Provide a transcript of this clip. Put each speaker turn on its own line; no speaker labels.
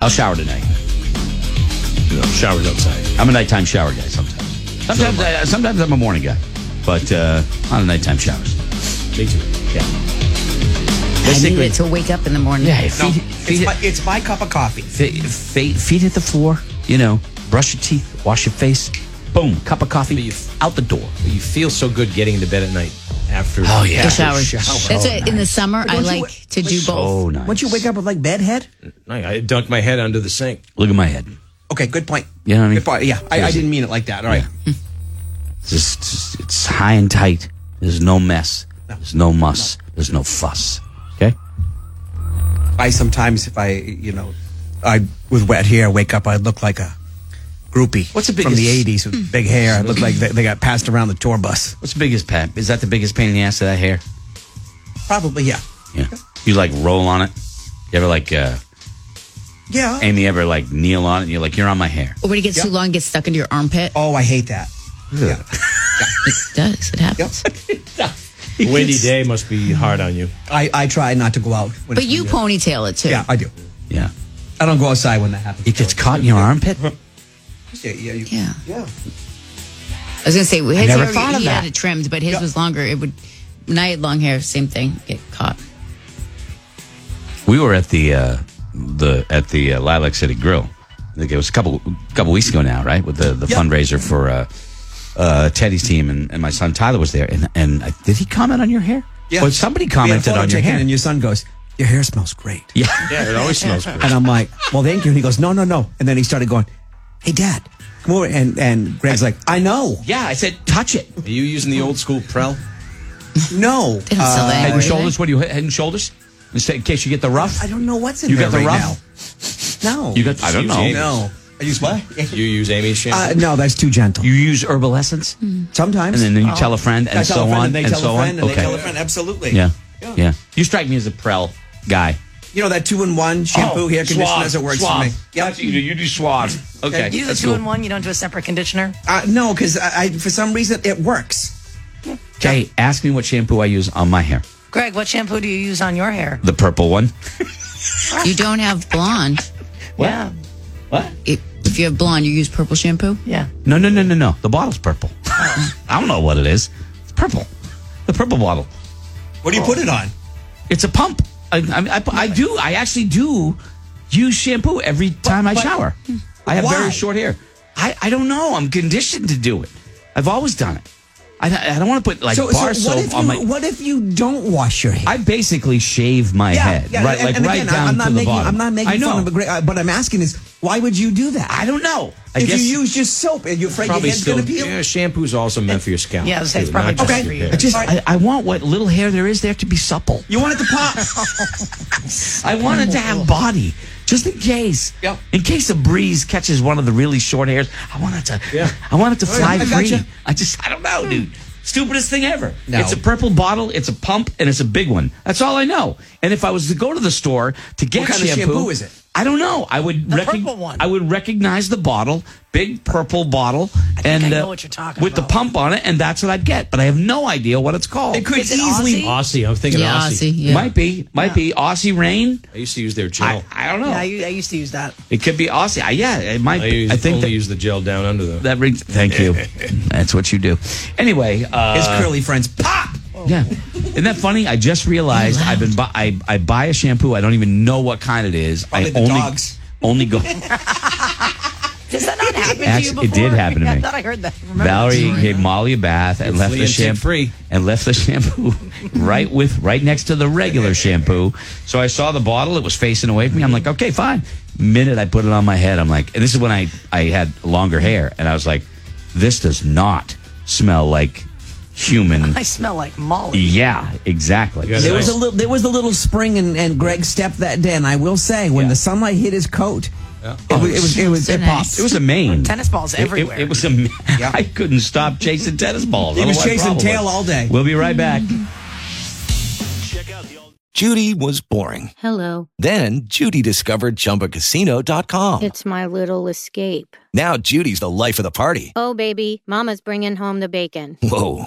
I'll shower tonight.
No, showers outside.
I'm a nighttime shower guy sometimes. Sometimes, I, sometimes I'm a morning guy, but uh, on a nighttime showers.
Me too.
Yeah.
I need
Basically-
it to wake up in the morning.
Yeah, feet,
No,
feet,
it's, my, it's my cup of coffee.
feet, feet, feet hit the floor. You know, brush your teeth, wash your face. Boom, cup of coffee,
you-
out the door.
But you feel so good getting into bed at night after.
Oh, yeah.
The
The
shower.
shower.
That's it. In the summer, I
don't you-
like to do
So
both.
nice.
Once you wake up with like bedhead?
I, I dunked my head under the sink.
Look at my head.
Okay, good point.
You know what I mean?
Good point. Yeah, I, I
Seriously.
didn't mean it like that. All right.
Just, just- it's high and tight. There's no mess. There's no muss. There's no fuss. Okay.
I sometimes, if I, you know, I with wet hair, wake up, I look like a groupie.
What's the
from the
biggest-
'80s with big hair? I look like they, they got passed around the tour bus.
What's the biggest pain? Is that the biggest pain in the ass of that hair?
Probably, yeah.
Yeah. You like roll on it. You ever like uh
Yeah.
Amy ever like kneel on it? And you're like you're on my hair.
Or when it gets too long, it gets stuck into your armpit.
oh, I hate that. Yeah.
It does. It happens.
Windy day must be hard on you.
I, I try not to go out. When
But
it's-
you ponytail it too.
Yeah, I do.
Yeah.
I don't go outside when that happens.
It gets caught in your armpit.
Yeah, yeah, you-
Yeah.
yeah.
I was gonna say his
never
hair,
thought of
he
that.
had it trimmed, but his was longer. It would. When I had long hair, same thing. Get caught.
We were at the uh the at the uh, Lilac City Grill. I think it was a couple couple weeks ago now, right? With the the fundraiser for uh uh Teddy's team and, and my son Tyler was there and and I, did he comment on your hair?
Yeah.
Or somebody
We
commented
had a photo
on your
taken
hair.
And your son goes, Your hair smells great.
yeah.
Yeah, it always smells good.
And I'm like, Well, thank you. And he goes, No, no, no. And then he started going, Hey, dad, come over. And, and Greg's like, I know.
Yeah, I said touch it.
Are you using the old school Prel?
No. Uh,
They don't sell
Head
that anymore,
and
do
shoulders.
they?
What do you head and shoulders? Instead, in case you get the rough.
Oh, I don't know what's in
You
there
got the
right
rough.
now. No.
You got. I don't know.
No. I use what?
You use Amy's shampoo?
Uh, no, that's too gentle.
You use herbal essence, and
Sometimes.
then you tell a friend,
I
and
tell a
so
friend,
on,
and Mm-hmm. Oh. they
and
tell a
so
friend,
on.
and they tell a
Okay.
friend, absolutely.
Yeah. Yeah. You strike me as a prel guy.
You know, that two in one shampoo,
Oh,
hair conditioner doesn't work for me.
Yeah. You do. You do Suave. Okay.
You do the
that's
two in
cool.
one. You don't do a separate conditioner.
Uh, no, because I, I, for some reason, it works.
Jay, ask me what shampoo I use on my hair.
Greg, what shampoo do you use on your hair?
The purple one.
You don't have blonde.
Yeah,
What?
It, if you have blonde, you use purple shampoo.
yeah.
No, no, no, no, no. The bottle's purple. I don't know what it is. It's purple. The purple bottle.
What
Oh.
do you put it on?
It's a pump. I, I, I, I do. I actually do use shampoo every time I shower. I have very
Why?
short hair. I, I don't know. I'm conditioned to do it. I've always done it. I, I don't want to put like
so,
bar
so what,
soap
if you,
on my.
what if you don't wash your hair?
I basically shave my head right,
and,
like
and
right
again, I-
down
I'm not
to the
making,
bottom.
I'm not making
I know.
fun of a great, uh, but I'm asking is why would you do that?
I don't know. I
if
guess
you use just soap and you're afraid your
probably
head's
still.
going to peel,
Yeah, shampoo's also meant for your scalp.
Yeah, I was saying it's
too,
probably
not
just
your
for your
hair.
I just I, I want what little hair there is there to be supple.
you want it to pop.
I wanted to have body, just in case.
Yeah.
In case a breeze catches one of the really short hairs, I want it to.
Yeah.
I want it to fly
Oh, I
free.
gotcha.
I just, I don't know, dude. Stupidest thing ever.
No.
It's a purple bottle, it's a pump, and it's a big one. That's all I know. And if I was to go to the store to get
What kind of shampoo is it?
I don't know. I would
The
recog-
purple one.
I would recognize the bottle, big purple bottle, and
I know
uh,
what you're talking
with the
about.
pump on it, and that's what I'd get. But I have no idea what it's called.
It could
Is it
easily.
Aussie?
Aussie. I'm thinking
Yeah, Aussie.
Aussie.
Yeah.
Might be, might be Aussie rain.
I used to use their gel.
I, I don't know.
Yeah, I, u- I used to use that.
It could be Aussie. I- Yeah, it might.
I,
be.
use,
I think
only
that,
use the gel down under though.
that rings. Thank you. That's what you do. Anyway, uh,
His curly friends pop.
yeah. Isn't that funny? I just realized I've been bu- I I buy a shampoo. I don't even know what kind it is. I
Probably the
only
dogs.
only go.
Does that not happen to you
Actually,
before?
it did happen to
I
me.
thought I heard that. Remember
Valerie
that story?
gave Molly a bath and left the
flea and tick
shampoo
free.
and left the shampoo right with right next to the regular shampoo. So I saw the bottle; it was facing away from me. I'm like, okay, fine. Minute I put it on my head, I'm like, and this is when I I had longer hair, and I was like, this does not smell like human.
I smell like Molly.
Yeah, exactly.
Yeah.
There was
Nice.
a little. There was a little spring, and, and Greg stepped that day. And I will say, when
Yeah.
the sunlight hit his coat, it, was, it was it was
So
it
nice.
popped.
It was a main.
Tennis balls
It- it-
everywhere.
It, was a. ma- I couldn't stop chasing tennis balls.
He was
Otherwise,
chasing
probably.
tail all day.
We'll be right back.
Judy was boring.
Hello,
Then Judy discovered ChumbaCasino.com.
it's my little escape.
now Judy's the life of the party.
Oh, baby, Mama's bringing home the bacon.
Whoa,